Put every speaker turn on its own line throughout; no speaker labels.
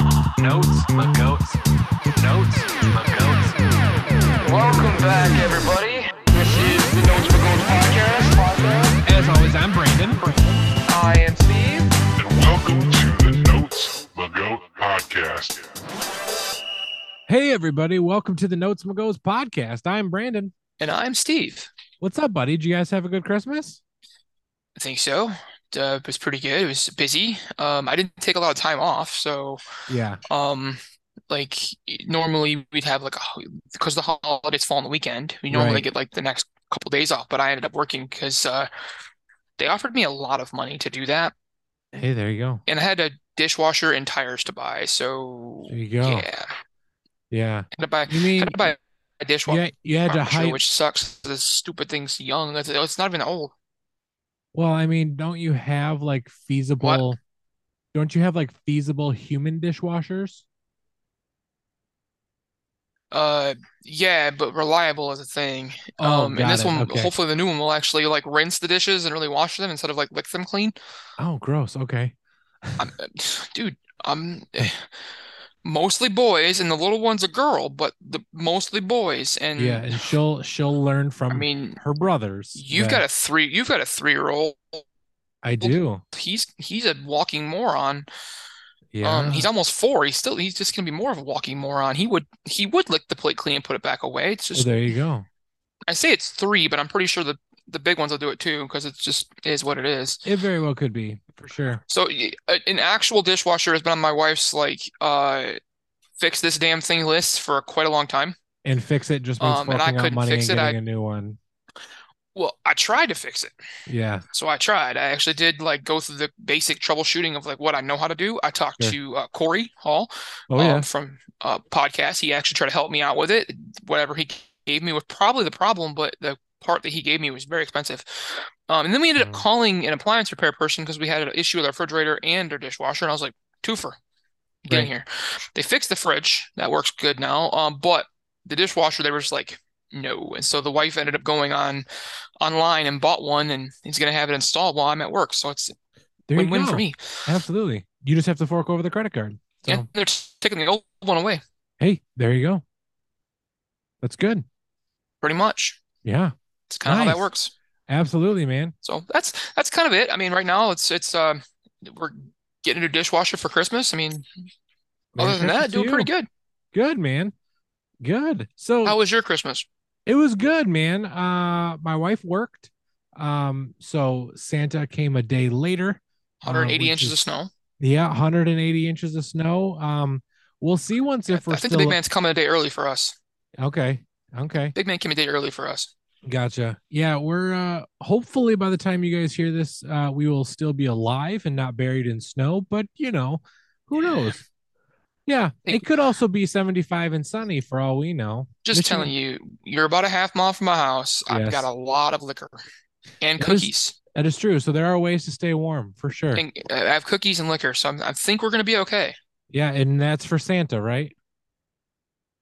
goats, the goats, notes, the goats.
Welcome back, everybody. This is the Notes for Goats podcast.
As always, I'm Brandon.
I am Steve.
And welcome to the Notes the Goat podcast.
Hey, everybody, welcome to the Notes and Goats podcast. I'm Brandon.
And I'm Steve.
What's up, buddy? Did you guys have a good Christmas?
I think so. Uh, it was pretty good. It was busy. Um, I didn't take a lot of time off, so
Yeah,
um, like normally we'd have like a, because the holidays fall on the weekend, we normally
Right.
get like the next couple days off. But I ended up working because uh, they offered me a lot of money to do that,
hey, there you go.
and I had a dishwasher and tires to buy. So
There you go.
yeah,
Yeah,
had to buy
you mean
had to buy a dishwasher,
yeah, you had to hype.
which sucks. This stupid thing's young. It's, it's not even that old.
Well, I mean, don't you have like feasible? Don't you have like feasible human dishwashers?
Uh, yeah, but reliable is a thing.
Oh,
Um, and
got
this
it.
one,
Okay.
hopefully, the new one will actually like rinse the dishes and really wash them instead of like lick them clean.
Oh, gross. Okay.
I'm, uh, dude, I'm mostly boys, and the little one's a girl, but the mostly boys. And
Yeah, and she'll she'll learn from
I mean,
her brothers.
you've
that
got a three, you've got a three-year-old.
I do.
He's he's a walking moron.
Yeah.
Um, he's almost four. He's still he's just gonna be more of a walking moron. He would he would lick the plate clean and put it back away. It's
well,
just
there you go.
I say it's three, but I'm pretty sure the the big ones will do it too because it's just is what it is.
It very well could be for sure.
So y- a- an actual dishwasher has been on my wife's like uh fix this damn thing list for quite a long time.
And fix it just means
Um, and I
forking out
couldn't
money
fix
and
it, I-
getting a new one.
Well, I tried to fix it.
Yeah.
So I tried. I actually did like go through the basic troubleshooting of like what I know how to do. I talked
Sure.
to uh, Corey Hall
Oh
um,
yeah.
from uh podcast. He actually tried to help me out with it. Whatever he gave me was probably the problem, but the part that he gave me was very expensive. Um, and then we ended up
Oh.
calling an appliance repair person because we had an issue with our refrigerator and our dishwasher, and I was like, twofer, get in
Right.
here. They fixed the fridge. That works good now. Um, but the dishwasher, they were just like, no. And so the wife ended up going on online and bought one, and he's gonna have it installed while I'm at work. So it's
There you
win-win
go.
for me.
Absolutely. You just have to fork over the credit card. So
And they're taking the old one away,
hey, there you go. That's good.
pretty much.
Yeah.
It's kind of how that
Nice.
works.
Absolutely, man.
So that's that's kind of it. I mean, right now it's it's uh, we're getting a new dishwasher for Christmas. I mean,
Merry
other than
Christmas
that,
to
doing pretty
you.
good.
Good, man. Good. So
How was your Christmas?
It was good, man. Uh, my wife worked. Um, so Santa came a day later. uh,
180
which
inches of
is-
snow.
Yeah, 180 inches of snow. Um, we'll see once
I,
if we're
I think the
still
big man's coming a day early for us.
okay. Okay,
Big man came a day early for us.
gotcha. Yeah, we're uh hopefully by the time you guys hear this, uh, we will still be alive and not buried in snow, but you know, who
Yeah.
knows? Yeah, it
Think-
could also be 75 and sunny for all we know.
Just
Michigan-
telling you, you're about a half mile from my house. I've got
Yes.
a lot of liquor and
That is-
cookies.
That is true. So there are ways to stay warm for sure.
And uh, I have cookies and liquor, so I'm, I think we're gonna be okay.
Yeah, and that's for Santa, right?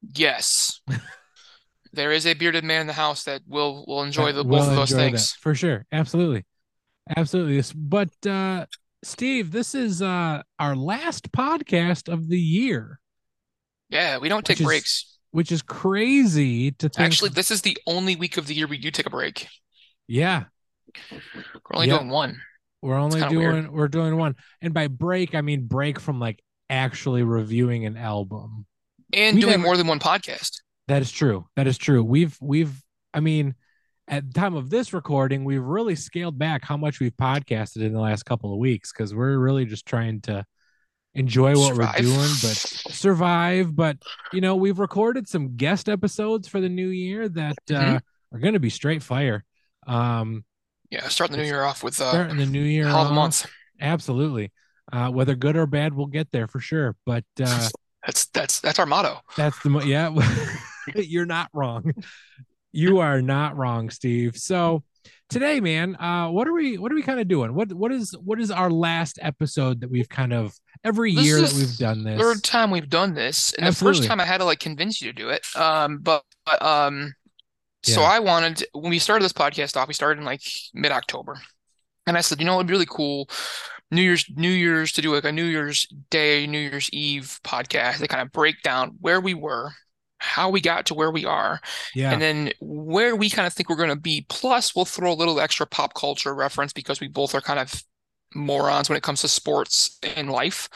Yes. There is a bearded man in the house that will will enjoy
that
the
will
both of those
enjoy that,
things.
for sure absolutely absolutely This- but uh steve this is uh our last podcast of the year
Yeah, we don't
Which
take
is-
breaks.
which is crazy to think
Actually, this is the only week of the year we do take a break.
yeah
We're only
Yeah.
doing one.
we're only
kinda
doing
weird.
we're doing one and by break i mean break from like actually reviewing an album
And
We
doing
never-
more than one podcast.
that is true that is true we've we've i mean at the time of this recording we've really scaled back how much we've podcasted in the last couple of weeks because we're really just trying to enjoy what
Survive.
we're doing but survive but you know we've recorded some guest episodes for the new year that uh,
Mhm.
are going to be straight fire um
Yeah, starting the new
It's-
year off with uh
starting the new year
hell of
off.
a month.
absolutely uh whether good or bad we'll get there for sure but uh
That's that's that's our motto.
that's the mo- yeah you're not wrong you are not wrong steve so today man uh what are we what are we kind of doing what what is what is our last episode that we've kind of every
This
year
is
that we've done this
Third time we've done this, and the
Absolutely.
first time I had to like convince you to do it. Um, but, but um, so
Yeah.
I wanted when we started this podcast off, we started in like mid October, and I said, you know, it'd be really cool New Year's New Year's to do like a New Year's Day, New Year's Eve podcast. They kind of break down where we were, how we got to where we are,
Yeah.
and then where we kind of think we're going to be. Plus, we'll throw a little extra pop culture reference because we both are kind of morons when it comes to sports and life.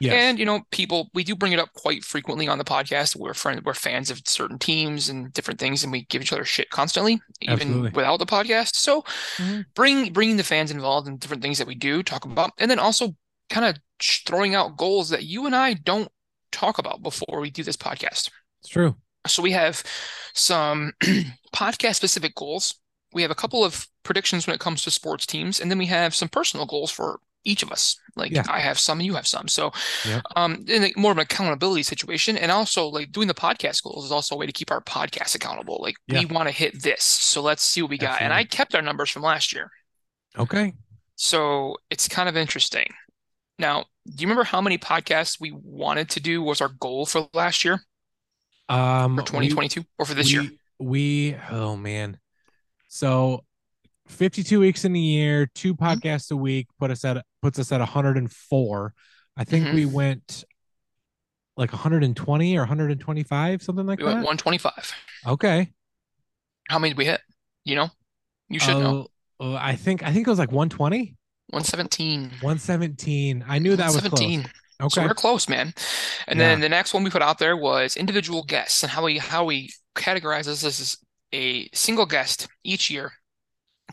Yes.
And you know, people we do bring it up quite frequently on the podcast. We're friend, we're fans of certain teams and different things, and we give each other shit constantly, even
Absolutely.
without the podcast. So
Mhm.
bring bringing the fans involved in different things that we do talk about, and then also kind of throwing out goals that you and I don't talk about before we do this podcast.
it's true.
So we have some podcast specific goals. We have a couple of predictions when it comes to sports teams, and then we have some personal goals for each of us. Like
Yeah.
I have some, you have some. So,
Yeah.
um, in a, more of an accountability situation, and also like doing the podcast goals is also a way to keep our podcast accountable. Like
Yeah.
we want to hit this, so let's see what we got. And
Absolutely.
I kept our numbers from last year,
Okay.
so it's kind of interesting. Now, do you remember how many podcasts we wanted to do? Was our goal for last year,
Um
for
we-
2022, or for this year?
we, We oh man. So 52 weeks in the year, two
Mm-hmm.
podcasts a week put us at puts us at 104. I think
Mhm.
we went like 120 or 125, something like
We
that.
went 125.
okay.
How many did we hit? You know, you should know.
Oh, oh, I think I think it was like 120,
117.
117. I knew that was close.
117. So
Okay.
we're close, man. And then the next one we put out there was individual guests and how we how we categorize this as a single guest each year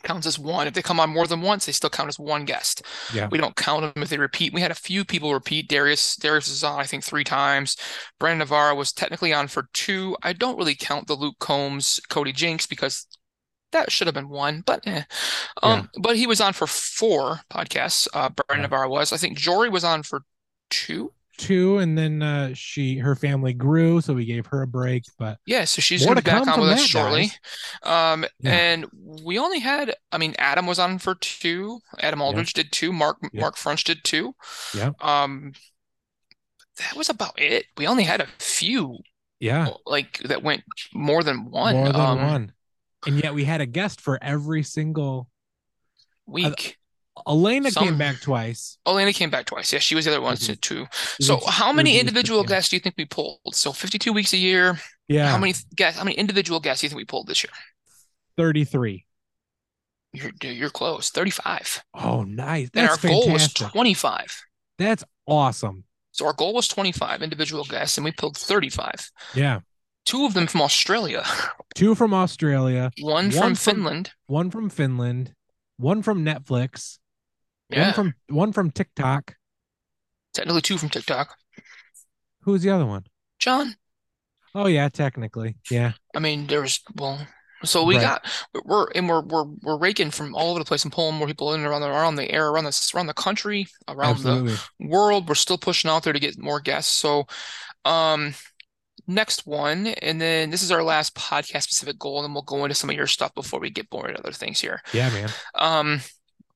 counts as one. If they come on more than once, they still count as one guest.
Yeah.
We don't count them if they repeat. We had a few people repeat. Darius Darius was on, I think, three times. Brandon Navarro was technically on for two. I don't really count the Luke Combs, Cody Jinks because that should have been one, but eh. Um, but he was on for four podcasts. Uh, Brandon
Yeah.
Navarro was. I think Jory was on for two.
Two and then uh, she her family grew, so we gave her a break, but
Yeah, so she's
More
gonna
to
be back
come
on
from
with us
that,
shortly. Um,
Yeah.
and we only had, I mean, Adam was on for two. Adam Aldridge did two. Mark
Yeah.
Mark French did two.
Yeah.
Um, that was about it. We only had a few
yeah.
like that went more than one
More than
um
one. And yet we had a guest for every single
week.
Elena
Some-
came back twice.
Elena came back twice. Yeah, she was the other one
Mhm.
too. So
Which
how many
reviews
individual
percent.
guests do you think we pulled? So 52 weeks a year.
Yeah.
How many guests? How many individual guests do you think we pulled this year?
33.
You're dude, you're close. 35.
Oh, nice.
And
That's
our goal was
fantastic.
25.
That's awesome.
So our goal was 25 individual guests, and we pulled 35.
Yeah.
Two of them from Australia,
Two from Australia,
one,
One
from,
from-
Finland.
one from Finland, one from Netflix,
Yeah,
one from one from TikTok.
technically two from TikTok.
Who was the other one?
John,
Oh yeah, technically. Yeah.
I mean, there was well. So we
Right.
got we're and we're we're we're raking from all over the place and pulling more people in and around the around the air around the around the country around the
absolutely.
world. We're still pushing out there to get more guests. So, um, next one, and then this is our last podcast specific goal, and then we'll go into some of your stuff before we get more into other things here.
Yeah, man.
Um,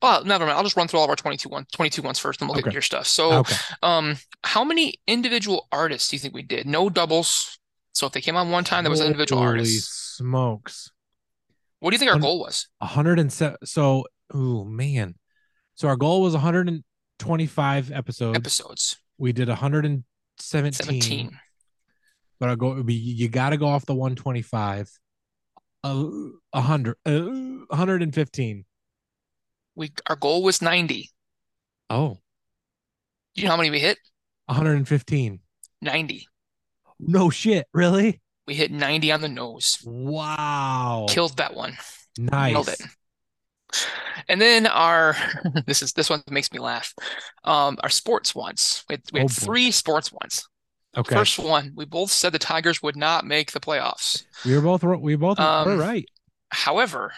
well, never mind. I'll just run through all of our 22 one, 22 ones first, and we'll get
Okay.
into your stuff. So,
Okay.
um, how many individual artists do you think we did? No doubles. So if they came on one time, that was an individual
Holy
artist.
smokes.
What do you think our
Hun-
goal was?
107 so oh man. So our goal was 125 episodes.
Episodes
we did 117
17.
but I'll go. it'd be- You got to go off the 125. Uh, 100, uh, 115.
We our goal was 90.
Oh,
You know how many we hit?
115.
90.
No shit, really?
We hit 90 on the nose.
Wow.
Killed that one.
nice.
Nailed it. And then our this is this one makes me laugh. Um, our sports ones. We had, we had
Oh, boy.
three sports ones.
Okay,
First one, we both said the Tigers would not make the playoffs.
we were both ro- we both were
Um,
right.
However,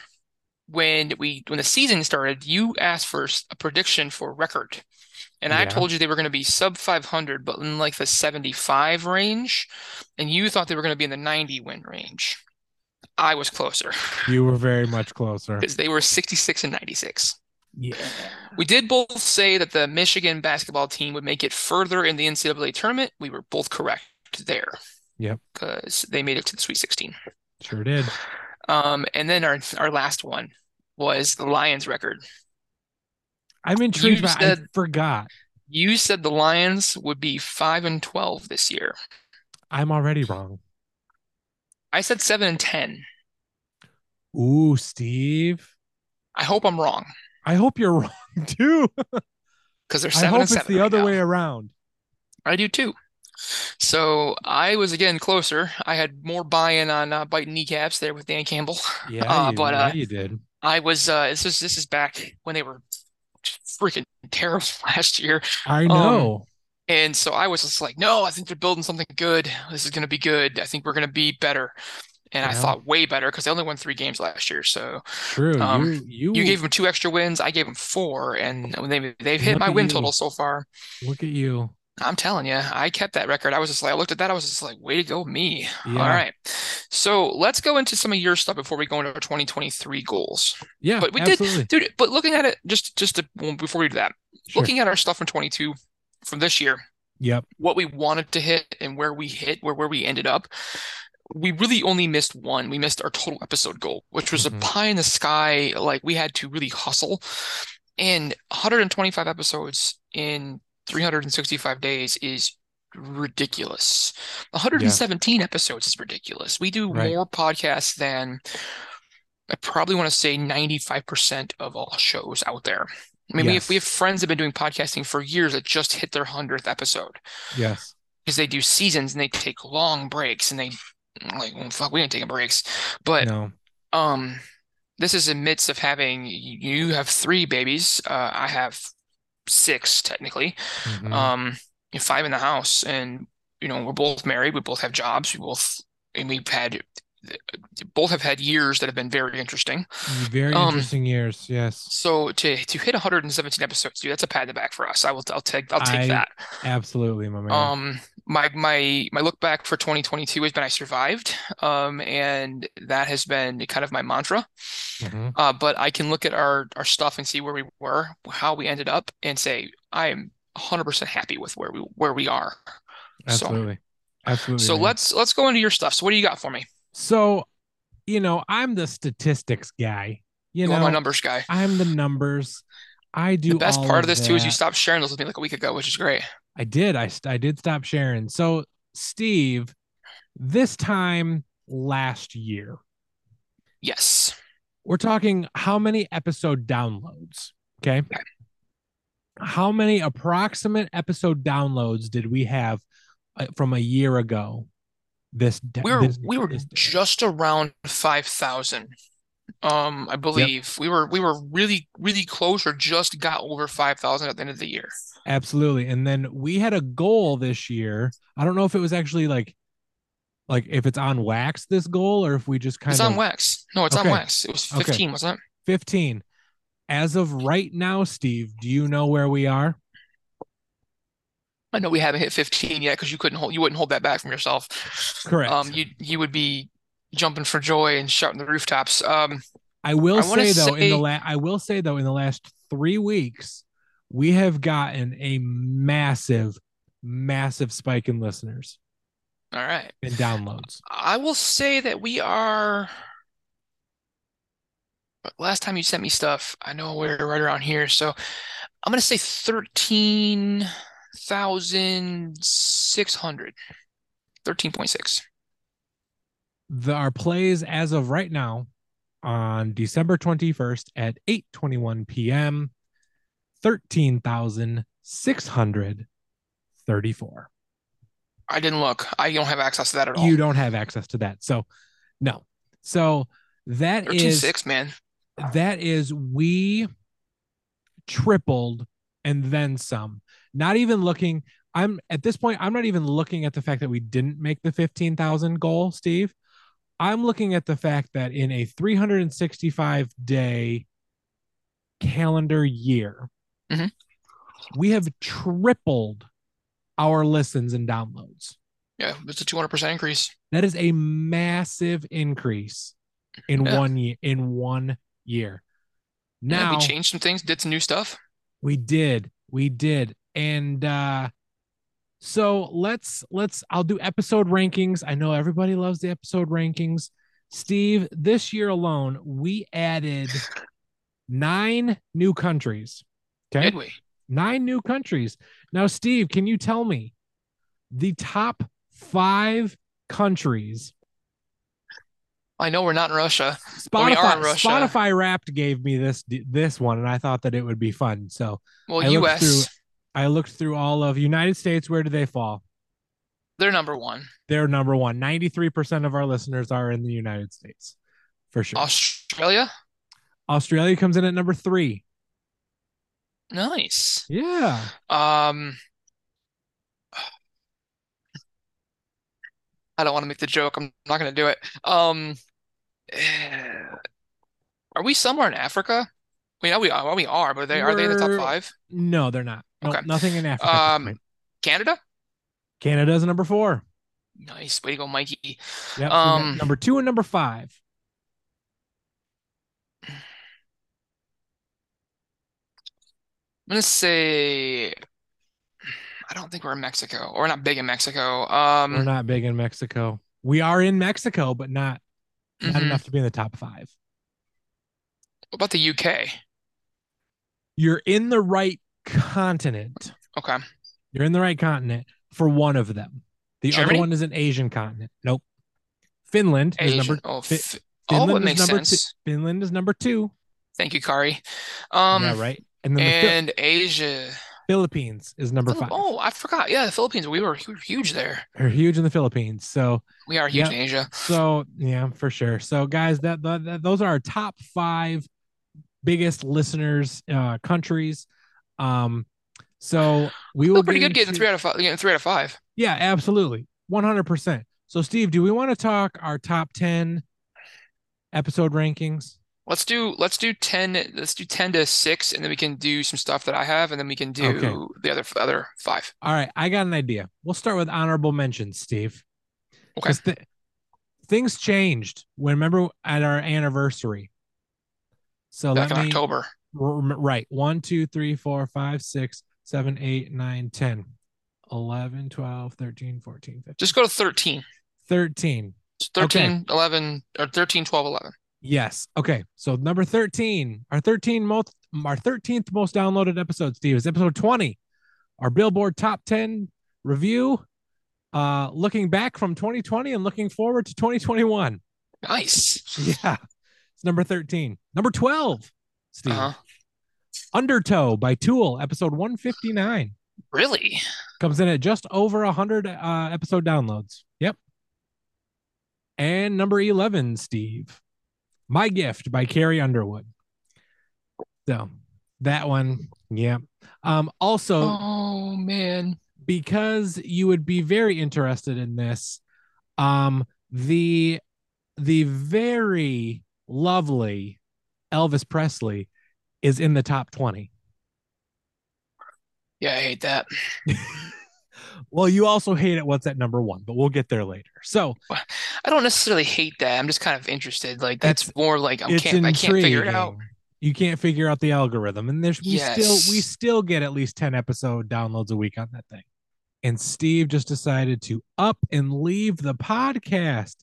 when we when the season started, you asked for s- a prediction for record, and I
Yeah.
told you they were going to be sub 500, but in like the 75 range, and you thought they were going to be in the 90 win range. I was closer
You were very much closer.
because they were 66 and 96.
Yeah.
We did both say that the Michigan basketball team would make it further in the NCAA tournament. We were both correct there.
Yep.
Because they made it to the Sweet 16.
Sure did.
Um, and then our our last one was the Lions record.
I'm intrigued
You
by I
said-
forgot.
You said the Lions would be five and twelve this year.
I'm already wrong.
I said seven and ten.
Ooh, Steve.
I hope I'm wrong
I hope you're wrong too.
because they're
I
seven
hope
and
it's
seven
the
right
other
now.
way around.
I do too. So I was again closer. I had more buy-in on uh, biting kneecaps there with Dan Campbell.
Yeah,
Uh,
you,
but,
yeah,
uh,
you did.
I was uh, this is this is back when they were freaking terrible last year.
I know.
And so I was just like, no, I think they're building something good. This is going to be good. I think we're going to be better. And I
Yeah.
thought way better because they only won three games last year. So
True.
um,
you you,
you gave them two extra wins. I gave them four. And they, they've hit
Look
my
at
win
you.
total so far.
look at you.
I'm telling you, I kept that record. I was just like, I looked at that. I was just like, way to go, me. All
Yeah.
right. So let's go into some of your stuff before we go into our 2023 goals.
Yeah,
But we did-
absolutely.
Dude, but looking at it, just just to, well, before we do that,
Sure.
looking at our stuff from 22 from this year,
Yep.
what we wanted to hit and where we hit where where we ended up we really only missed one we missed our total episode goal which was
Mhm.
a pie in the sky like we had to really hustle and 125 episodes in 365 days is ridiculous 117 episodes is ridiculous we do
Right.
more podcasts than i probably want to say 95% of all shows out there i mean we have
Yes.
we have friends that have been doing podcasting for years that just hit their 100th episode
Yes.
because they do seasons and they take long breaks and they like well, fuck we ain't taking breaks but
no.
um this is amidst of having you have three babies uh, i have six technically
Mhm.
um and five in the house and you know we're both married we both have jobs we both and we've had both have had years that have been very interesting
Very
um,
interesting years. Yes.
so to to hit 117 episodes dude that's a pat in the back for us i will i'll take i'll take
I-
that
Absolutely, my man.
Um, my my my look back for 2022 has been I survived, um, and that has been kind of my mantra.
Mhm.
Uh, but I can look at our our stuff and see where we were, how we ended up, and say I am 100% happy with where we where we are.
Absolutely. Absolutely.
So
man.
let's let's go into your stuff. So what do you got for me?
So, you know, I'm the statistics guy. You
You are
know,
my numbers guy.
I'm the numbers. I do.
The best
all
part
of
of this too is you
that.
stopped sharing those with me like a week ago, which is great.
I did. I st- I did stop sharing. So, Steve, this time last year,
Yes.
we're talking how many episode downloads. Okay.
Okay.
How many approximate episode downloads did we have uh, from a year ago? This da-
We were
this-
we were
this day?
just around 5,000. Um, I believe we were we were really really close or just got over 5,000 at the end of the year.
Absolutely. And then we had a goal this year. I don't know if it was actually like like if it's on wax this goal or if we just kind
It's
of
on wax. No, it's
Okay.
on wax. It was
Okay.
15, wasn't
15. As of right now, Steve, do you know where we are?
it? I know we haven't hit 15 yet because you couldn't hold you wouldn't hold that back from yourself.
Correct.
Um, you you would be jumping for joy and shouting the rooftops. Um,
I will
I wanna
say though in
say-
the la- I will say though in the last 3 weeks, we have gotten a massive massive spike in listeners
all right.
and downloads.
I will say that we are. but Last time you sent me stuff, I know we're right around here. So I'm going to say 13,600. 13.6.
The, our plays as of right now on December 21st at 8:21 p.m. 13,634.
I didn't look. I don't have access to that at all.
You don't have access to that. So no. So that is
13.6, man.
that is we tripled and then some. Not even looking I'm at this point I'm not even looking at the fact that we didn't make the 15,000 goal, Steve. I'm looking at the fact that in a 365 day calendar year,
Mhm.
we have tripled our listens and downloads.
Yeah, it's a 200% increase.
That is a massive increase in
Yeah.
one year. In one year,
Yeah,
now
we changed some things, did some new stuff.
we did, we did, and uh, so let's let's. I'll do episode rankings. I know everybody loves the episode rankings. Steve, this year alone, we added nine new countries. Okay.
Did we?
Nine new countries. Now, Steve, can you tell me the top five countries?
I know we're not in Russia. Well, we are
Spotify,
in Russia.
Spotify Wrapped gave me this this one, and I thought that it would be fun. So
Well,
I looked
U.S.
through- I looked through all of United States. Where do they fall?
They're number one.
They're number one. Ninety-three percent of our listeners are in the United States, for sure.
Australia.
Australia comes in at number three.
Nice.
Yeah,
Um, I don't want to make the joke. I'm not going to do it. Um, eh, are we somewhere in Africa? We know we are. Well, we are, but they are they in the top
We're-
five?
no, they're not. Nope,
Okay.
nothing in Africa. at this
Um,
point.
Canada.
Canada's number four.
Nice. Way to go, Mikey.
Yep, so we got
Um,
number two and number five.
I'm gonna say I don't think we're in Mexico. Or we're not big in Mexico. Um,
We're not big in Mexico. We are in Mexico, but not not
mhm.
enough to be in the top five.
What about the UK?
You're in the right continent.
Okay.
You're in the right continent for one of them. The
Germany?
other one is an Asian continent. Nope. Finland is
Asian.
number
Oh,
Fi-
f- oh,
Finland
it
is
makes
number two.
sense.
Finland is number two.
Thank you, Kari. Um,
yeah, right. And then the Phil-
and Asia.
Philippines is number five.
Oh, I forgot. Yeah, the Philippines. We were, we were huge there.
They're huge in the Philippines. So
We are huge
Yeah.
in Asia.
so yeah, for sure. So guys, that, that, that- those are our top five biggest listeners uh, countries. Um, so we
Still
will
pretty
get
good getting
into-
three out of five. Getting three out of five.
Yeah, absolutely. 100%. So, Steve, do we want to talk our top 10 episode rankings?
Let's do let's do ten. Let's do ten to six, and then we can do some stuff that I have, and then we can
Okay.
do the other the other five.
All right, I got an idea. We'll start with honorable mentions, Steve.
Okay.
'Cause thi- things changed when, remember, at our anniversary. So,
Back
let
in
me,
October.
r- m- right. 1, 2, 3, 4, 5, 6, 7, 8, 9, 10, 11, 12, 13, 14, 15,
Just go to thirteen.
13.
It's
Okay.
13, 11, or 13, 12, 11.
Yes. Okay. So number 13, our 13 most our 13th most downloaded episode, Steve, is episode 20. Our Billboard top 10 review. Uh looking back from 2020 and looking forward to 2021.
Nice.
Yeah. It's number 13. Number 12, Steve.
Uh-huh.
Undertow by Tool, episode 159.
Really?
Comes in at just over 100 uh, episode downloads. Yep. And number 11, Steve. My Gift by Carrie Underwood. So that one, yeah. Um, also,
Oh, man.
because you would be very interested in this, um, the the very lovely Elvis Presley is in the top 20.
Yeah, I hate that.
Well, you also hate it what's at number one, but we'll get there later. So
I don't necessarily hate that. I'm just kind of interested. Like that's
It's-
more like I
it's
can't I can't figure it out.
intriguing. You can't figure out the algorithm, and there's we still we
Yes.
still get at least ten episode downloads a week on that thing. And Steve just decided to up and leave the podcast,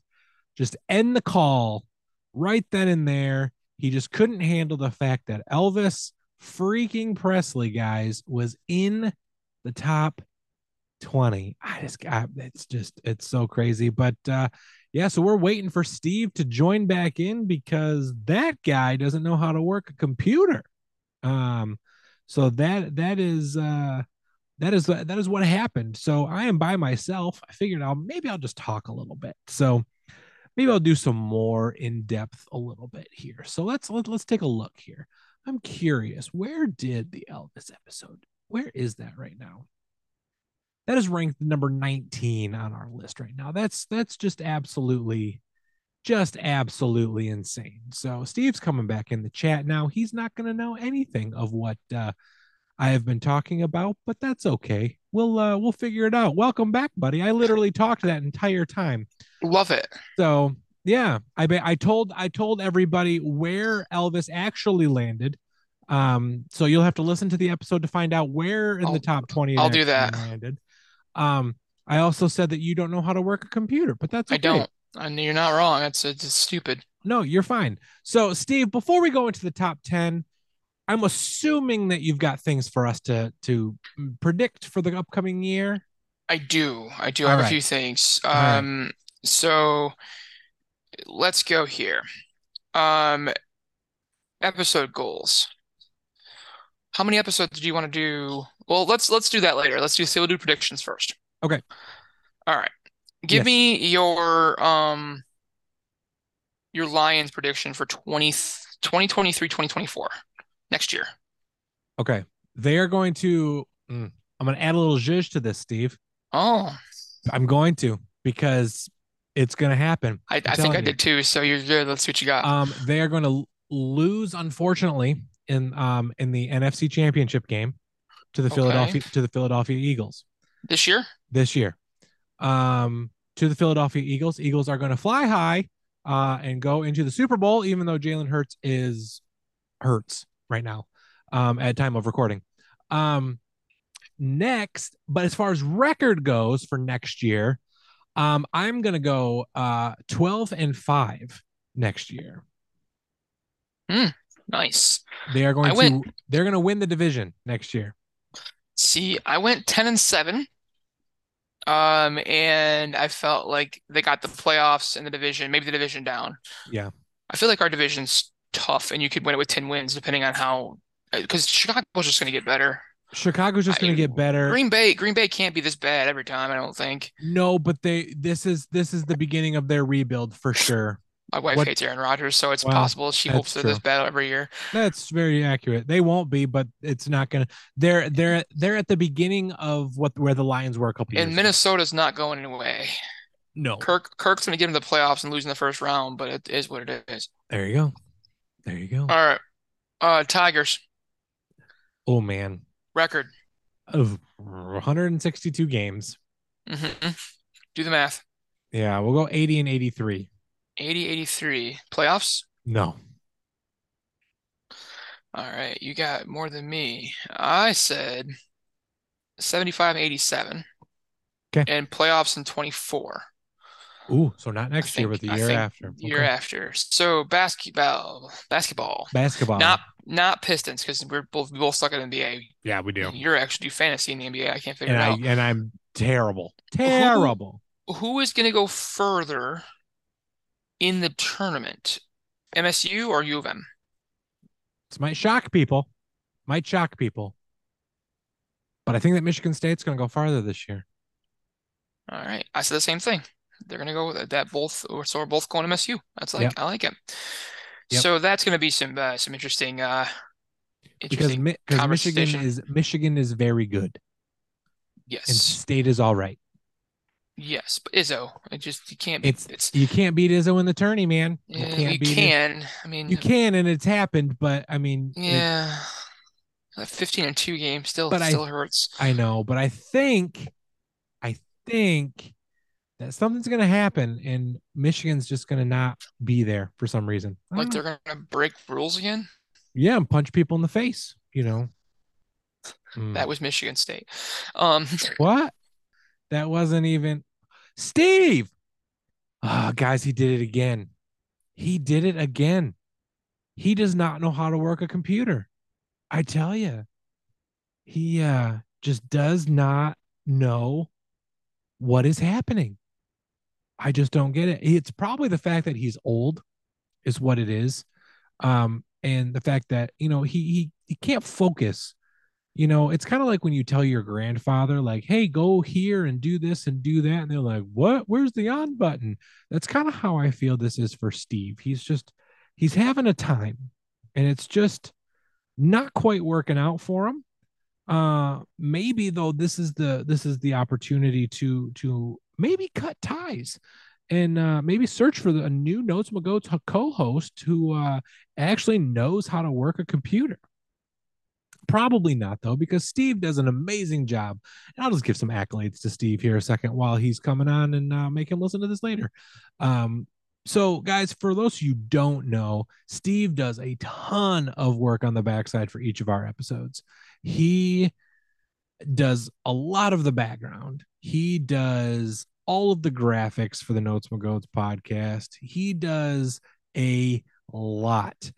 just end the call right then and there. He just couldn't handle the fact that Elvis freaking Presley, guys, was in the top 20. I just got it's just it's so crazy. But uh yeah, so we're waiting for Steve to join back in because that guy doesn't know how to work a computer. Um so that that is uh that is that is what happened. So I am by myself. I figured I'll maybe I'll just talk a little bit. So maybe I'll do some more in depth a little bit here. So let's let, let's take a look here. I'm curious, where did the Elvis episode? Where is that right now? that is ranked number 19 on our list right now that's that's just absolutely just absolutely insane so steve's coming back in the chat now he's not going to know anything of what uh, i have been talking about but that's okay we'll uh, we'll figure it out welcome back buddy i literally talked that entire time
Love it.
so yeah i bet i told i told everybody where elvis actually landed um so you'll have to listen to the episode to find out where in
I'll-
the top 20 it
I'll do
actually
that.
landed um i also said that you don't know how to work a computer but that's
I
okay.
don't. I know you're not wrong. That's it's, it's stupid.
no you're fine so steve before we go into the top 10 I'm assuming that you've got things for us to to predict for the upcoming year.
I do. I do
All
have a
right.
few things.
All right.
Um, so let's go here. Um, episode goals. How many episodes do you want to do? Well, let's let's do that later. Let's do so we'll do predictions first.
Okay.
All right. Give
Yes.
me your um your Lions prediction for 20, 2023, 2024 next year.
Okay, they are going to. mm, I'm going to add a little zhuzh to this, Steve.
Oh,
I'm going to because it's going to happen.
I, I think
telling
I
you.
did too. So you're good. Let's see what you got.
Um, they are going to lose, unfortunately, in um in the NFC Championship game to the
Okay.
Philadelphia to the Philadelphia Eagles.
This year?
this year um, to the Philadelphia Eagles. Eagles are going to fly high uh, and go into the Super Bowl, even though Jalen Hurts is hurts right now um, at time of recording. Um, next, but as far as record goes for next year, um, I'm going to go uh, 12 and five next year.
Nice.
They are going
I
to
went-
they're going to win the division next year.
See, I went 10 and 7. Um, and I felt like they got the playoffs and the division, maybe the division down.
Yeah.
I feel like our division's tough and you could win it with 10 wins depending on how, because Chicago's just going to get better.
Chicago's just
I-
going to get better.
Green Bay, Green Bay can't be this bad every time, I don't think.
no, but they this is this is the beginning of their rebuild for sure.
My wife
What-
hates Aaron Rodgers, so it's
Wow,
possible she
that's
hopes they're this
true.
bad every year.
That's very accurate. They won't be, but it's not gonna. They're they're they're at the beginning of what where the Lions were a couple years.
And
ago.
Minnesota's not going away.
no,
Kirk, Kirk's going to get in the playoffs and lose in the first round, but it is what it is.
there you go, there you go.
All right. Uh, Tigers,
Oh man,
record.
of 162 games.
hmm Do the math.
Yeah, we'll go 80 and 83.
80, 83. Playoffs?
No,
All right. You got more than me. I said 75, 87.
'Kay.
And playoffs in 24.
ooh, so not next year, but
think-
the
I
year
think
after.
Year
Okay.
after. So basketball, basketball.
Basketball.
Not not Pistons because we're both we both suck at NBA.
yeah, we do.
You're actually do fantasy in the NBA. I can't figure
And
it
I
out.
and I'm terrible, terrible.
Who is going to go further in the tournament? MSU or U of M?
This might shock people, might shock people. But I think that Michigan State's going to go farther this year.
All right. I said the same thing. They're gonna go with that both or so we're both going MSU. That's like
Yep.
I like it.
Yep.
So that's gonna be some uh, some interesting uh
because
interesting
Mi- 'cause Michigan
conversation.
is Michigan is very good and
yes.
State is all right.
Yes, but Izzo. It just you can't be
It's-
it's
You can't beat Izzo in the tourney, man. You
yeah,
can't
you
beat it.
can. I mean
You can, and it's happened. But I mean, it-
yeah. That 15 and 2 game still
But I-
still hurts.
I know, but I think, I think that something's going to happen, and Michigan's just going to not be there for some reason. I
Like
don't know.
they're gonna break rules again.
yeah, and punch people in the face. You know, Mm.
That was Michigan State. Um
what? That wasn't even Steve. Ah, guys, he did it again. He did it again. He does not know how to work a computer. I tell you. He uh just does not know what is happening. I just don't get it. It's probably the fact that he's old is what it is. Um and the fact that, you know, he he he can't focus you know, it's kind of like when you tell your grandfather, like, hey, go here and do this and do that. And they're like, what? Where's the on button? That's kind of how I feel this is for Steve. He's just, he's having a time and it's just not quite working out for him. Uh, maybe though, this is the, this is the opportunity to, to maybe cut ties and uh, maybe search for the, a new Notes Mago t- co-host who uh, actually knows how to work a computer. Probably not though, because Steve does an amazing job. And I'll just give some accolades to Steve here a second while he's coming on and uh, make him listen to this later. Um, so, guys, for those who don't know, Steve does a ton of work on the backside for each of our episodes. He does a lot of the background. He does all of the graphics for the Notes McGoats podcast. He does a lot.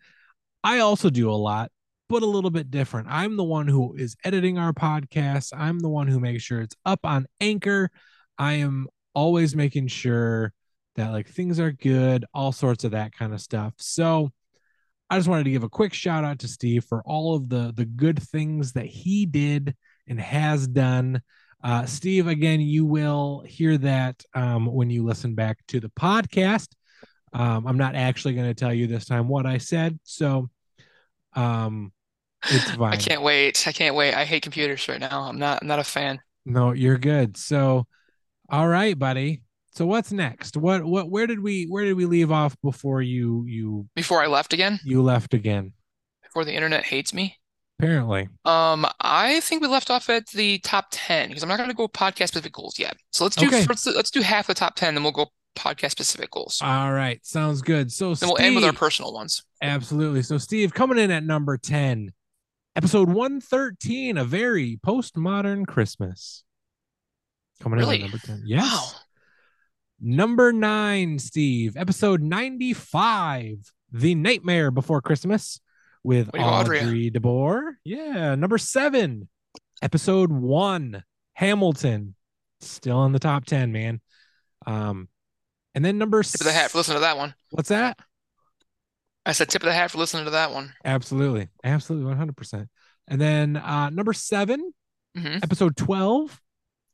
I also do a lot but a little bit different. I'm the one who is editing our podcast. I'm the one who makes sure it's up on Anchor. I am always making sure that like things are good, all sorts of that kind of stuff. So I just wanted to give a quick shout out to Steve for all of the the good things that he did and has done. Uh, Steve, again, you will hear that um, when you listen back to the podcast. Um, I'm not actually going to tell you this time what I said, so um, it's fine.
I can't wait. I can't wait. I hate computers right now. I'm not I'm not a fan.
No, you're good. So, all right, buddy. So what's next? What what where did we where did we leave off before you you
Before I left again,
you left again?
before the internet hates me.
Apparently.
Um, I think we left off at the top 10 because I'm not going to go podcast specific goals yet. So let's do
Okay.
first, let's do half the top 10 then we'll go podcast specific goals.
All right, sounds good. So
Then we'll end with our
Steve-
personal ones.
Absolutely. So, Steve, coming in at number 10, episode 113, A Very Postmodern Christmas. Coming
Really?
in at number 10. Yes.
Wow.
Number nine, Steve, episode 95, The Nightmare Before Christmas with
Way to go, Audrey.
Audrey DeBoer. Yeah. Number seven, episode one, Hamilton. Still in the top 10, man. Um, and then number
Tip of the hat for listening to that one.
What's that?
I said tip of the hat for listening to that one.
Absolutely. Absolutely. 100%. And then uh, number seven,
Mhm.
episode 12,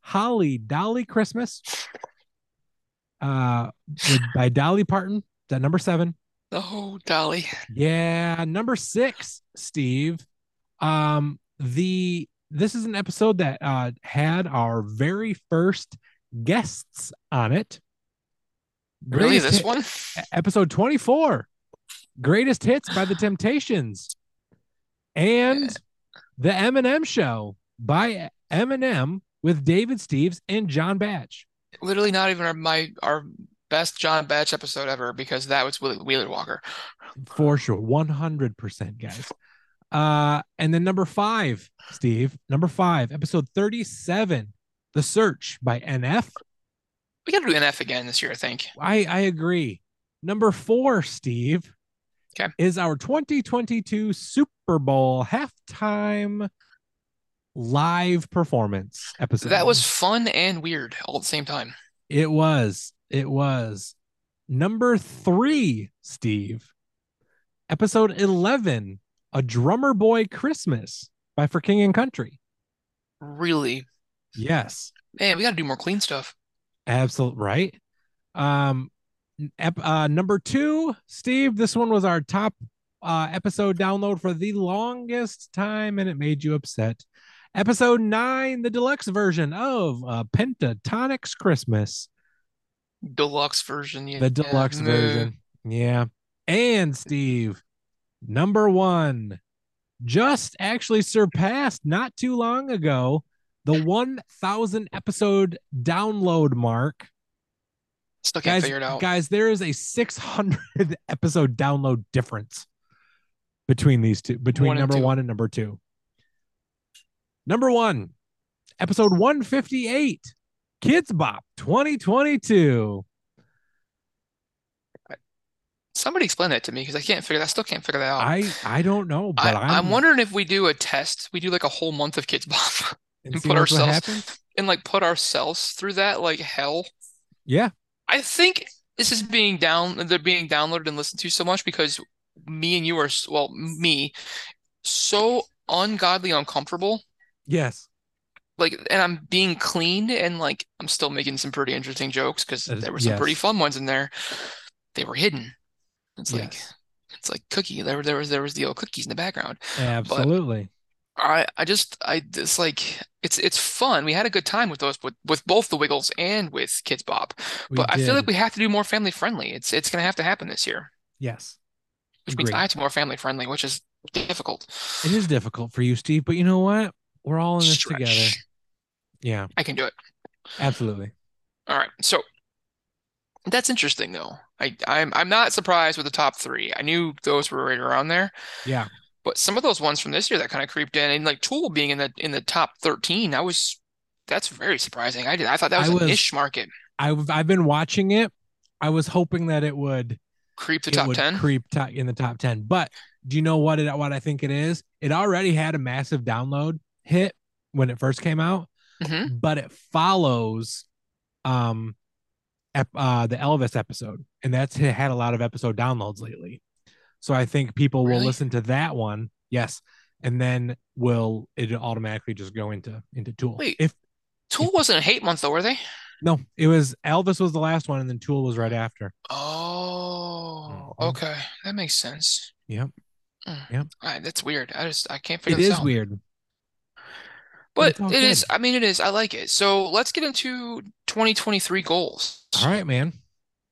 Holly Dolly Christmas uh, with- by Dolly Parton. That number seven.
Oh, Dolly.
Yeah. Number six, Steve. Um, the this is an episode that uh, had our very first guests on it.
Really,
Greatest
this
hit-
one?
episode 24 greatest hits by the temptations and the eminem show by eminem with david steves and john batch
Literally not even our, my our best John Batch episode ever because that was Wheeler, Wheeler Walker. Uh,
for sure 100% guys uh and then number five steve number five episode 37 the search by nf
We got to do NF again this year, I think.
I I agree. Number four, Steve,
Okay.
is our 2022 Super Bowl halftime live performance episode.
That was fun and weird all at the same time.
it. Was it was number three, Steve, episode 11, a drummer boy Christmas by For King and Country.
Really.
Yes,
Man, we got to do more clean stuff.
Absolutely right. Um, ep- uh, number two, Steve. This one was our top uh, episode download for the longest time, and it made you upset. Episode nine, the deluxe version of uh, Pentatonics Christmas,
Deluxe version. Yeah.
the deluxe
Mm.
version. Yeah, and Steve, number one, just actually surpassed not too long ago the one thousand episode download mark.
Still can't
guys,
figure it out.
guys, there is a 600 episode download difference between these two, between
One and
number
two.
one and number two. Number one, episode 158, Kids Bop 2022.
Somebody explain that to me because I can't figure. I still can't figure that out.
I I don't know, but
Oh. I,
I'm,
I'm wondering if we do a test. We do like a whole month of Kids Bop
and
and
see
put
what's- what
ourselves-
happens.
and like put ourselves through that like hell.
Yeah,
I think this is being down. They're being downloaded and listened to so much because me and you are s- well, me so ungodly uncomfortable.
yes,
Like, and I'm being clean and like I'm still making some pretty interesting jokes because
That is-
there were some pretty
yes.
fun ones in there. They were hidden. It's like
Yes.
it's like cookie. There, there was there was the old cookies in the background.
absolutely.
I I just I it's like it's it's fun. We had a good time with those with with both the Wiggles and with Kids Bop.
We
But I feel
did.
like we have to do more family friendly. It's it's gonna have to happen this year,
yes,
which means
Agreed.
I have to be more family friendly, which is difficult.
it is difficult for you, Steve, but you know what? We're all in this together.
Stretch.
Yeah,
I can do it.
absolutely.
All right. So that's interesting though. I I'm I'm not surprised with the top three. I knew those were right around there.
Yeah.
But some of those ones from this year that kind of creeped in, and like Tool being in the in the top 13, I was that's very surprising. I did I thought that
I
was an
was-
niche market.
I've I've been watching it. I was hoping that it would
Creep the
it
top
would
10.
creep to- in the top ten, but Do you know what it what I think it is? It already had a massive download hit when it first came out,
Mhm.
but it follows um ep- uh the Elvis episode, and that's it had a lot of episode downloads lately. So I think people will
Really?
listen to that one, yes, and then will it automatically just go into into Tool?
Wait.
If
Tool wasn't a hate month though, were they?
no, it was Elvis was the last one, and then Tool was right after.
Oh,
Mhm.
okay. That makes sense.
Yep.
Mm.
Yep.
I, that's weird. I just I can't figure
It
this
is
out.
weird.
But
It's all
it is,
good.
I mean, it is. I like it. So let's get into 2023 goals.
All right, man.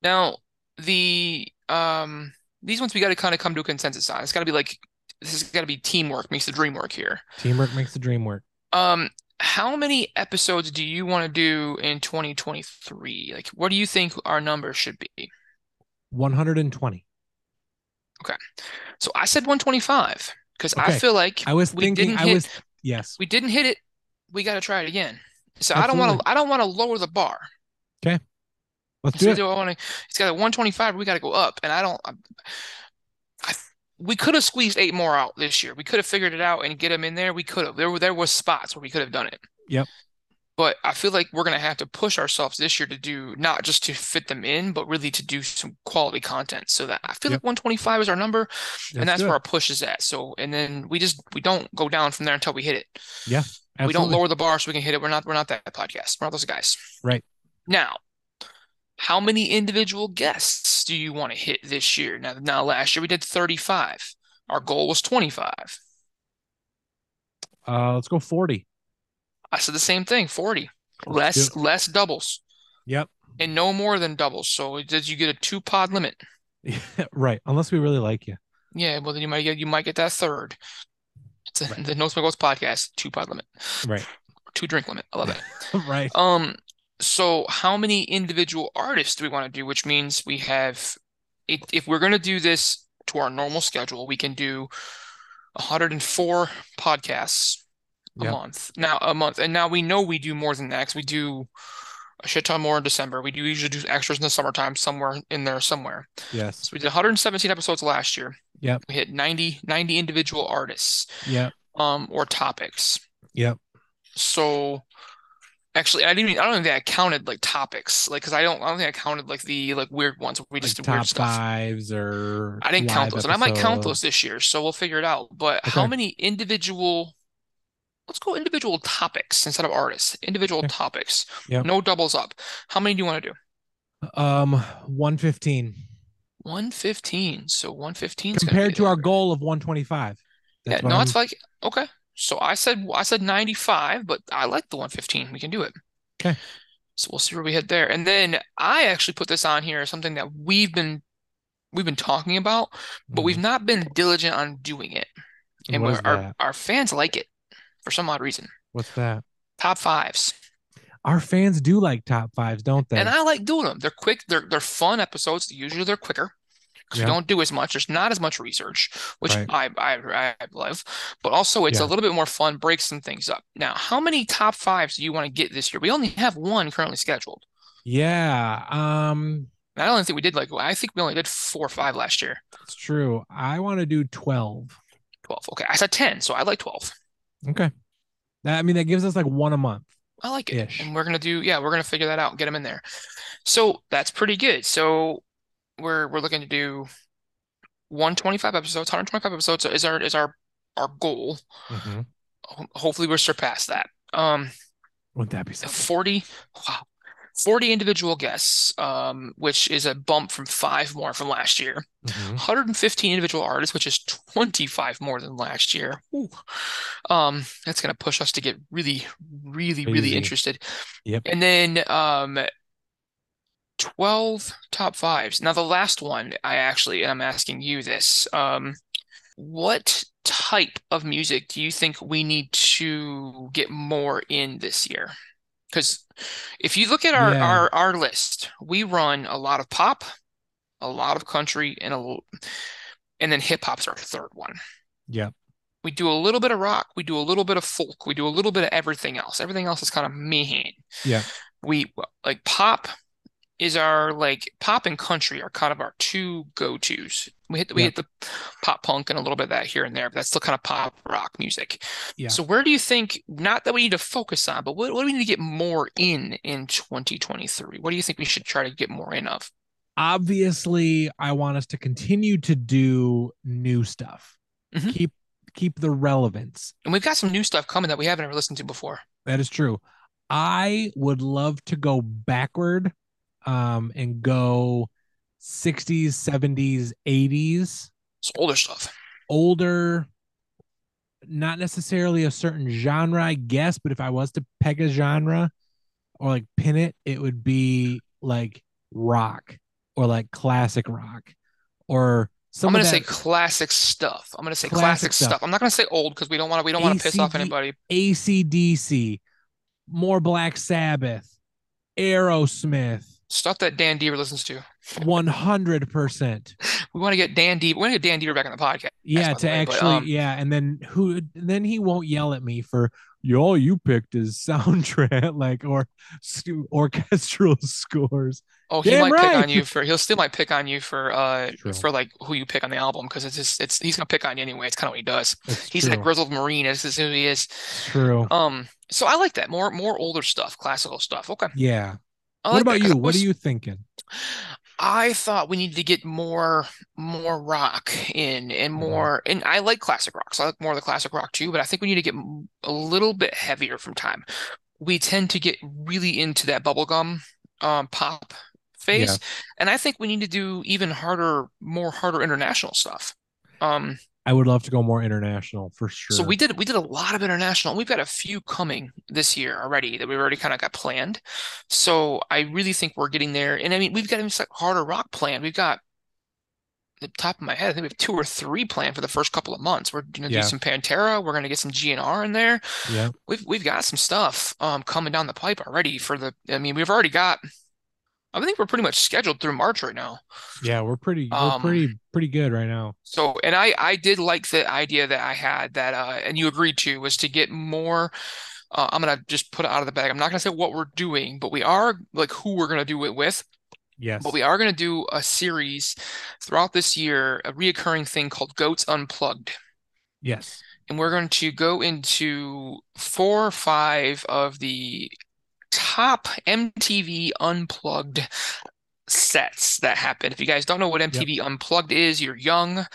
Now, the um these ones we got to kind of come to a consensus on. It's got to be like this has got to be teamwork makes the dream work here.
Teamwork makes the dream work.
Um, how many episodes do you want to do in 2023? Like, what do you think our number should be?
120.
So I said 125 because I
Okay.
feel like
I was
we
thinking.
didn't
I
hit
was yes.
we didn't hit it. We got to try it again. So I don't want
Absolutely.
to I don't want to lower the bar.
Let's
So
do it.
either I want to, it's got a 125. We got to go up, and I don't. I, I, we could have squeezed eight more out this year. We could have figured it out and get them in there. We could have. There were there was spots where we could have done it.
Yep.
But I feel like we're gonna have to push ourselves this year to do not just to fit them in, but really to do some quality content. So that I feel
Yep.
like 125 is our number, and
Let's
that's
do
where
it.
our push is at. So and then we just we don't go down from there until we hit it. We don't
Absolutely.
lower the bar so we can hit it. We're not we're not that podcast. We're not those guys.
Right.
Now, how many individual guests do you want to hit this year? Now now last year we did 35. Our goal was 25.
Uh, let's go 40.
I said the same thing, 40.
Let's
Less
do
less doubles
Yep.
and no more than doubles. So it does you get a two pod limit?
right. Unless we really like you.
Yeah, well then you might get you might get that third. It's a,
Right.
the No Smoke Goals podcast, two pod limit,
Right.
two drink limit. I love it.
right.
Um, so how many individual artists do we want to do? Which means we have, if, if we're going to do this to our normal schedule, we can do 104 podcasts a
Yep.
month. Now, a month. And now we know we do more than that 'cause we do a shit ton more in December. We do usually do extras in the summertime somewhere in there somewhere.
Yes.
So we did 117 episodes last year.
Yep.
We hit 90, 90 individual artists,
Yep.
um, or topics.
Yep.
So actually, I didn't. Even, I don't even think I counted like topics, like because I don't. I don't think I counted like the like weird ones where we
Like
just did
top
weird stuff.
fives or
I didn't count
live
those, and I might count
episodes.
those this year. So we'll figure it out. But how
Okay.
many individual? Let's go individual topics instead of artists. Individual
Okay.
topics.
Yep.
No doubles up. How many do you want to do?
Um, 115
One fifteen. So one fifteen
compared to our goal of 125.
Yeah,
what
no,
I'm-
it's like okay. So I said I said 95, but I like the 115. We can do it.
Okay.
So we'll see where we head there. And then I actually put this on here as something that we've been we've been talking about, but we've not been diligent on doing it.
And
And
Mm-hmm. what
we're,
is
our
that?
our fans like it for some odd reason.
What's that?
Top fives.
Our fans do like top fives, don't they?
And I like doing them. They're quick, they're they're fun episodes. Usually they're quicker. Because
Yeah.
we don't do as much. There's not as much research, which
Right.
I, I I love, but also it's a
Yeah.
little bit more fun, breaks some things up. Now, how many top fives do you want to get this year? We only have one currently scheduled.
yeah. Um,
And I don't think we did like I think we only did four or five last year.
it's true. I want to do 12.
Twelve. Okay, I said ten, so I like twelve.
Okay. That, I mean, that gives us like one a month.
I like it.
Ish.
And we're gonna do yeah, we're gonna figure that out and get them in there. So that's pretty good. So we're we're looking to do 125 episodes, 125 episodes is our is our our goal.
Mm-hmm.
Ho- Hopefully we're surpassed that. Um
Wouldn't that be
the
something?
40 wow 40 individual guests um which is a bump from five more from last year
Mhm.
115 individual artists which is 25 more than last year Ooh. um that's going to push us to get really really really
Crazy.
interested
Yep.
and then um 12 top fives now the last one i actually and i'm asking you this um what type of music do you think we need to get more in this year because if you look at our,
Yeah.
our our list we run a lot of pop a lot of country and a l- and then hip hop's our third one
Yeah.
we do a little bit of rock, we do a little bit of folk, we do a little bit of everything else. Everything else is kind of meh.
Yeah.
We like pop is our like pop and country are kind of our two go tos. We hit we
Yeah.
hit the pop punk and a little bit of that here and there, but that's still kind of pop rock music.
Yeah.
So where do you think? Not that we need to focus on, but what, what do we need to get more in in 2023? What do you think we should try to get more in of?
obviously i want us to continue to do new stuff
Mhm.
keep keep the relevance
And we've got some new stuff coming that we haven't ever listened to before.
that is true i would love to go backward um and go 60s 70s 80s
It's older stuff.
older not necessarily a certain genre i guess but if i was to peg a genre or like pin it it would be like rock or like classic rock or some
I'm
of
gonna say
that
classic stuff. I'm gonna say
Classic
classic,
stuff.
stuff. I'm not gonna say old because we don't want to. We don't want to piss off
ACD
anybody.
acdc more black sabbath aerosmith
Stuff that Dan Deaver listens to.
100%
We want to get Dan Deaver. We want to get Dan Deaver back on the podcast.
yeah
by the
to
way, but,
actually
um,
yeah and then who then he won't yell at me for you all you picked is soundtrack like or stu- orchestral scores
Oh, he
Damn
might pick
right.
on you for. He'll still might pick on you for uh
True.
for like who you pick on the album because it's just it's he's gonna pick on you anyway. It's kind of what he does.
That's
He's
true.
that grizzled marine. This is who he is.
true.
Um, so I like that more more older stuff, classical stuff. Okay,
yeah.
I
What
like that
about
'cause
you?
I
What are
was-
you thinking?
I thought we needed to get more more rock in and
Mhm.
more and I like classic rock, so I like more of the classic rock too, but I think we need to get m- a little bit heavier from time. We tend to get really into that bubblegum um pop phase, and I think we need to do even harder, more harder international stuff. Um,
I would love to go more international for sure.
so we did we did a lot of international. and We've got a few coming this year already that we've already kind of got planned. So I really think we're getting there. And I mean, we've got even like harder rock planned. We've got the top of my head, I think we have two or three planned for the first couple of months. We're gonna do
Yeah.
some Pantera. We're gonna get some GNR in there.
yeah.
We've we've got some stuff um coming down the pipe already for the. I mean, we've already got. I think we're pretty much scheduled through March right now.
Yeah, we're pretty we're
Um,
pretty pretty good right now.
So, and I I did like the idea that I had that uh and you agreed to was to get more uh, I'm gonna just put it out of the bag. I'm not gonna say what we're doing, but we are like who we're gonna do it with.
Yes.
But we are gonna do a series throughout this year, a reoccurring thing called Goats Unplugged.
yes.
And we're going to go into four or five of the top MTV Unplugged sets that happened. If you guys don't know what MTV Unplugged is, you're young,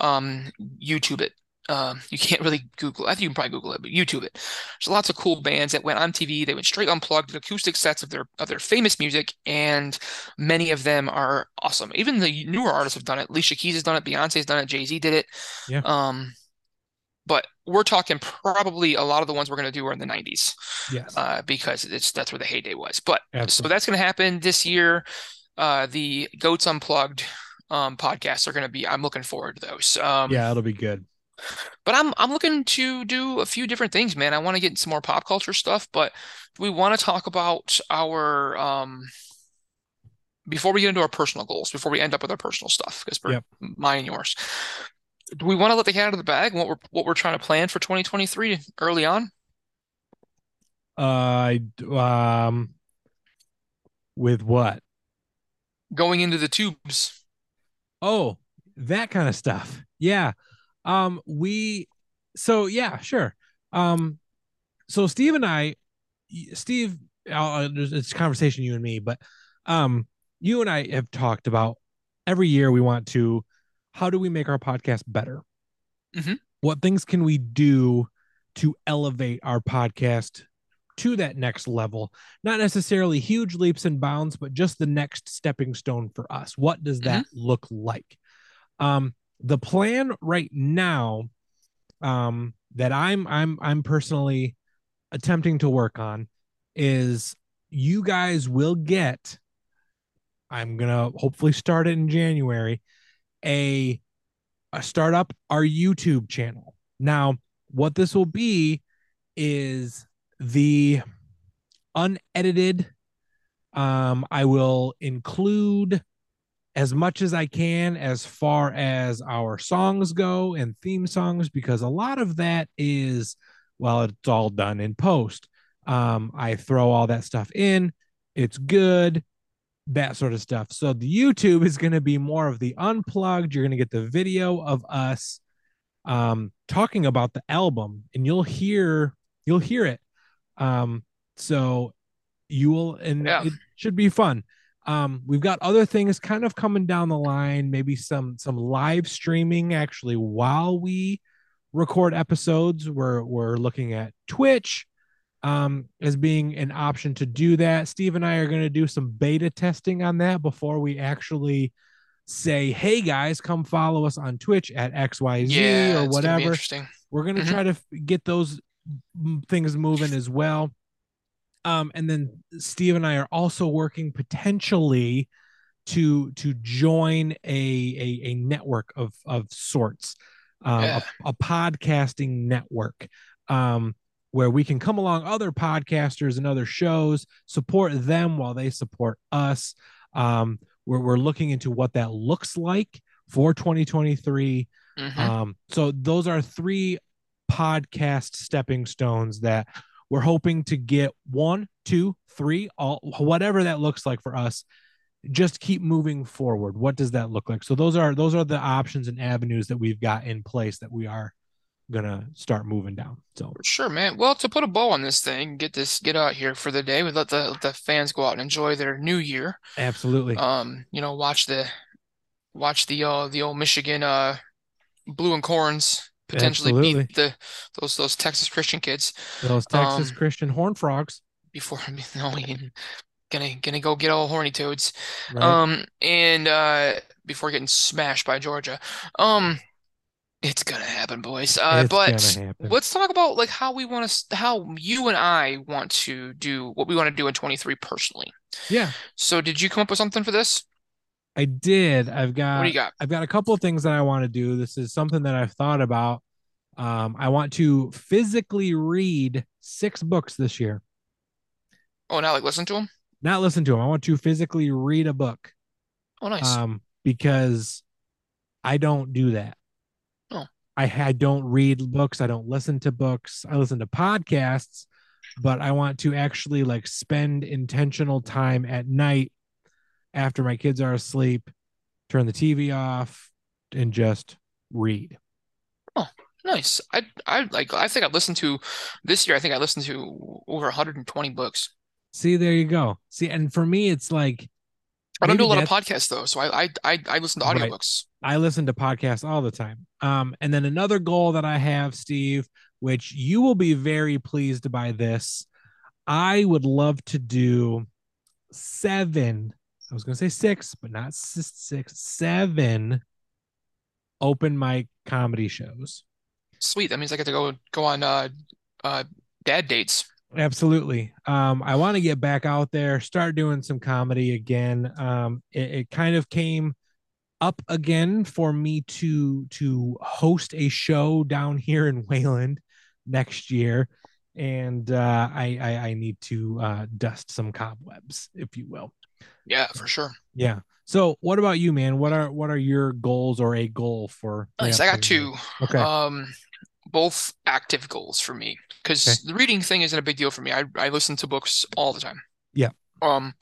um, YouTube it. Um, you can't really Google. I think you can probably Google it, but YouTube it. There's lots of cool bands that went on TV. They went straight unplugged, did acoustic sets of their of their famous music, and many of them are awesome. Even the newer artists have done it. Alicia Keys has done it. Beyonce's done it. Jay Z did it.
Yeah.
Um, but we're talking probably a lot of the ones we're going to do are in the 90s
Yes.
uh, because it's that's where the heyday was. But so
Absolutely.
that's going to happen this year. Uh, the Goats Unplugged um, podcasts are going to be. I'm looking forward to those. Um,
yeah, it'll be good.
But I'm I'm looking to do a few different things, man. I want to get some more pop culture stuff, but we want to talk about our um, before we get into our personal goals, before we end up with our personal stuff, because we're
Yep.
mine and yours. Do we want to let the cat out of the bag? and What we're what we're trying to plan for 2023 early on?
Uh, I d- um with what?
going into the tubes.
Oh, that kind of stuff. Yeah. Um, we so yeah, sure. Um, so Steve and I, y- Steve, I'll, I'll- there's- it's a conversation you and me, but um, you and I have talked about every year we want to, how do we make our podcast better?
Mhm.
What things can we do to elevate our podcast to that next level? not necessarily huge leaps and bounds, but just the next stepping stone for us. What does that look like? Um, the plan right now um, that I'm I'm I'm personally attempting to work on is you guys will get. I'm gonna hopefully start it in January. A a startup our YouTube channel. Now, what this will be is the unedited. Um, I will include as much as I can as far as our songs go and theme songs, because a lot of that is, well, it's all done in post. Um, I throw all that stuff in, it's good. that sort of stuff. So the YouTube is going to be more of the unplugged. You're going to get the video of us um talking about the album and you'll hear you'll hear it. Um so you will and
Yeah.
it should be fun. Um we've got other things kind of coming down the line, maybe some some live streaming actually while we record episodes. We're we're looking at Twitch um, as being an option to do that. Steve and I are going to do some beta testing on that before we actually say, "Hey guys, come follow us on Twitch at XYZ
yeah,
or
it's gonna be
whatever."
interesting.
We're going to
Mhm.
try to f- get those m- things moving as well. Um, and then Steve and I are also working potentially to to join a a, a network of of sorts, um,
Yeah.
a, a podcasting network, um, where we can come along other podcasters and other shows, support them while they support us. Um, we're we're looking into what that looks like for 2023.
Mhm.
Um, so those are three podcast stepping stones that we're hoping to get one, two, three, all whatever that looks like for us. Just keep moving forward. What does that look like? So those are those are the options and avenues that we've got in place that we are gonna start moving down. So
Sure, man. Well, to put a bow on this thing, get this get out here for the day. We let the let the fans go out and enjoy their new year.
absolutely,
Um, you know, watch the watch the uh the old Michigan uh Blue and Corns potentially
Absolutely.
beat the those those Texas Christian kids
those Texas
um,
Christian Horn Frogs.
before no, we ain't gonna gonna go get all horny toads.
Right?
Um, and uh, before getting smashed by Georgia, um, it's gonna happen, boys. Uh,
It's
but
gonna happen.
let's talk about like how we want to, how you and I want to do what we want to do in 23 personally.
yeah,
So, did you come up with something for this?
I did. I've got.
What do you got?
I've got a couple of things that I want to do. This is something that I've thought about. Um, I want to physically read six books this year,
Oh, now like listen to him.
not listen to them. I want to physically read a book
Oh, nice.
um, because I don't do that.
Oh.
I, ha- I don't read books. I don't listen to books. I listen to podcasts, but I want to actually like spend intentional time at night after my kids are asleep, turn the TV off, and just read.
Nice. I I like I think I've listened to this year, I think I listened to over 120 books.
See, there you go. See, and for me, it's like
I don't do
Maybe
a lot of podcasts though, so I I I, I listen to
Right.
audiobooks.
I listen to podcasts all the time. Um, and then another goal that I have, Steve, which you will be very pleased by this. I would love to do seven. I was going to say six, but not s- six, seven open mic comedy shows.
Sweet. That means I get to go go on uh uh dad dates.
Absolutely. Um, I want to get back out there, start doing some comedy again. Um, it, it kind of came up again for me to to host a show down here in Wayland next year, and uh, I, I I need to uh, dust some cobwebs, if you will.
Yeah, for sure.
Yeah. So, what about you, man? What are what are your goals or a goal for? for
Nice. I got
upcoming year?
two.
Okay.
Um, both active goals for me because
Okay.
the reading thing isn't a big deal for me. I I listen to books all the time.
Yeah.
Um,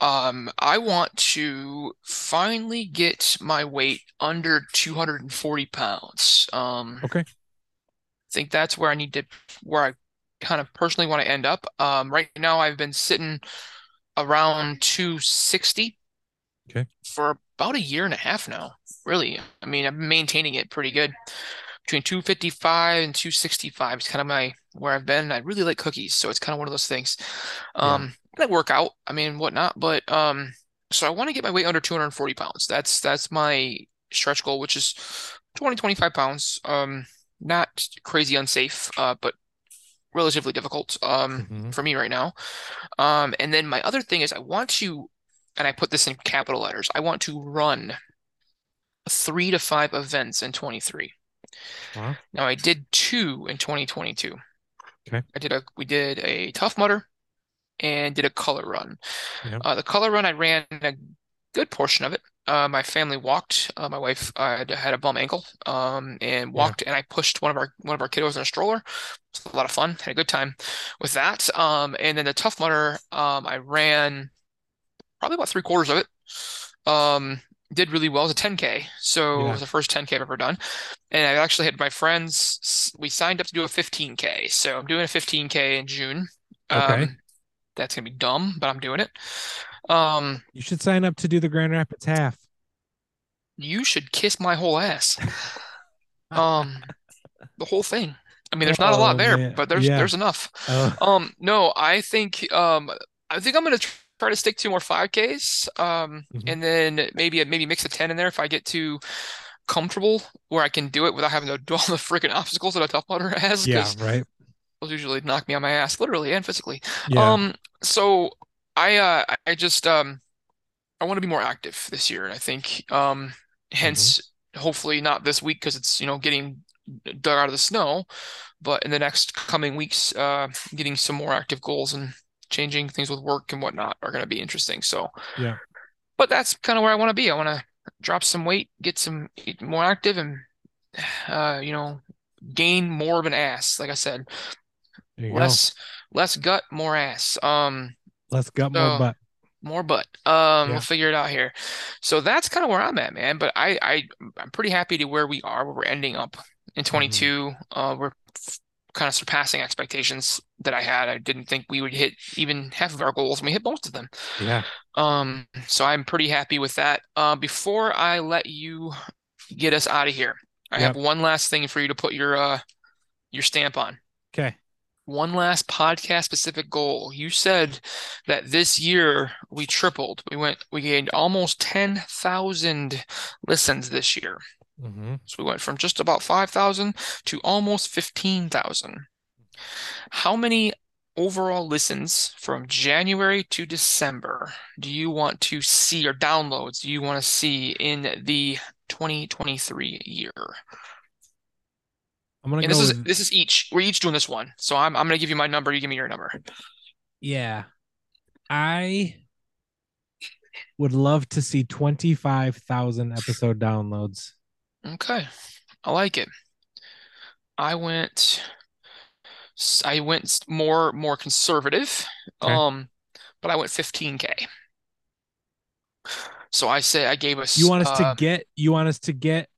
um, I want to finally get my weight under 240 pounds. Um,
Okay.
think that's where I need to, where I kind of personally want to end up. Um, right now I've been sitting around 260
Okay.
for about a year and a half now, really. I mean, I'm maintaining it pretty good. Between 255 and 265 is kind of my where I've been. I really like cookies, so it's kind of one of those things.
Yeah.
Um, and I work out, I mean, whatnot, but um, so I want to get my weight under 240 pounds. That's that's my stretch goal, which is 20, 25 pounds. Um, not crazy unsafe, uh, but relatively difficult. Um,
Mhm.
for me right now. Um, and then my other thing is I want to, and I put this in capital letters, I want to run three to five events in 23.
Wow.
Now I did two in 2022.
Okay.
I did a, we did a Tough Mudder and did a color run.
Yeah.
Uh, the color run, I ran a good portion of it. Uh, my family walked. Uh, my wife uh, had, had a bum ankle, um, and walked. And I pushed one of our one of our kiddos in a stroller. It was a lot of fun. Had a good time with that. Um, and then the Tough Mudder, um, I ran probably about three quarters of it. Um, did really well. It was a 10K. So it
Yeah.
was the first 10K I've ever done. And I actually had my friends, s- we signed up to do a 15K. So I'm doing a 15K in June.
Okay.
Um, that's going to be dumb, but I'm doing it. Um,
You should sign up to do the Grand Rapids half.
you should kiss my whole ass. Um, the whole thing. I mean, there's not a
Oh,
lot there,
man.
but there's
Yeah.
there's enough.
Oh,
Um, no, I think um I think I'm gonna tr- try to stick to more 5Ks. Um,
Mhm.
and then maybe maybe mix a 10 in there if I get too comfortable where I can do it without having to do all the freaking obstacles that a tough mudder has
yeah,
'cause
right.
those usually knock me on my ass literally and physically.
Yeah.
Um, so I uh I- I just um I want to be more active this year, and I think um hence
Mm-hmm.
hopefully not this week because it's you know getting dug out of the snow, but in the next coming weeks, uh getting some more active goals and changing things with work and whatnot are going to be interesting. So
Yeah.
but that's kind of where I want to be. I want to drop some weight, get some get more active, and uh you know gain more of an ass. Like I said,
there you go.
less less gut, more ass. Um
Let's gut more
so-
butt.
more butt.
Yeah.
Um, we'll figure it out here. So that's kind of where I'm at, man. But I, I, I'm pretty happy to where we are, where we're ending up in 22. Uh, we're kind of surpassing expectations that I had. I didn't think we would hit even half of our goals, and we hit most of them.
Yeah.
Um, so I'm pretty happy with that. Uh, before I let you get us out of here, I have one last thing for you to put your uh your stamp on
Okay.
one last podcast specific goal. You said that this year we tripled. We went, we gained almost 10,000 listens this year.
Mm-hmm.
So we went from just about 5,000 to almost 15,000. How many overall listens from January to December do you want to see, or downloads do you want to see in the 2023 year?
I'm gonna
And
go.
this is
with-
this is each. We're each doing this one. So I'm I'm gonna give you my number, you give me your number.
yeah. I would love to see 25,000 episode downloads.
Okay. I like it. I went s- I went s- more more conservative.
Okay.
Um but I went 15k. So I say I gave us
You want us
uh,
to get? You want us to get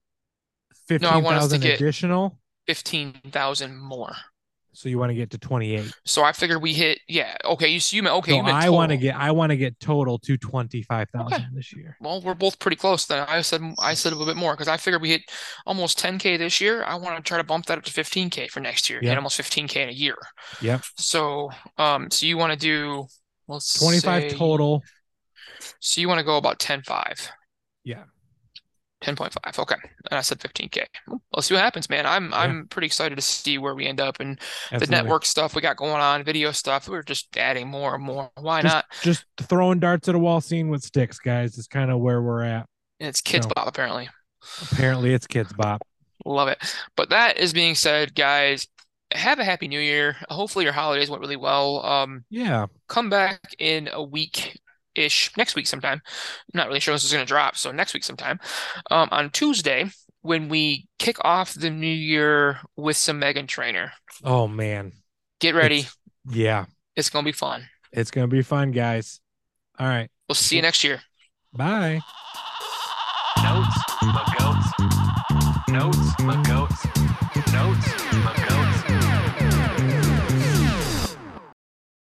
No, I want us to
15,000
get-
additional?
15,000 more.
So you want to get to 28?
So I figured we hit yeah, okay, you s- you meant okay,
So
you meant
I want to
total.
get. I want to get total to 25,000
Okay.
this year.
Well, we're both pretty close then. I said I said a little bit more because I figured we hit almost 10k this year. I want to try to bump that up to 15k for next year, and
Yep.
almost 15k in a year.
Yep.
So, um, so you want to do, let's
25
say,
total.
so you want to go about 10, 5,
Yeah.
10.5. Okay. And I said 15K. Let's see what happens, man. I'm, I'm pretty excited to see where we end up and the
absolutely.
network stuff we got going on, video stuff. We're just adding more and more. Why
Just-
not?
Just throwing darts at a wall, seeing what sticks, guys. Is kind of where we're at.
And it's Kids
No.
Bob, apparently.
Apparently, it's kids bop.
Love it. But that is being said, guys, have a happy new year. Hopefully your holidays went really well. Um,
Yeah.
come back in a week ish next week sometime I'm not really sure when this is going to drop so next week sometime um, on tuesday when we kick off the new year with some megan trainer
Oh man.
get ready it's,
It's- yeah.
going to be fun
It's gonna be fun, guys. All right.
we'll see you next year
Bye.
Notes, my goats. Notes, my goats. Notes, my goats.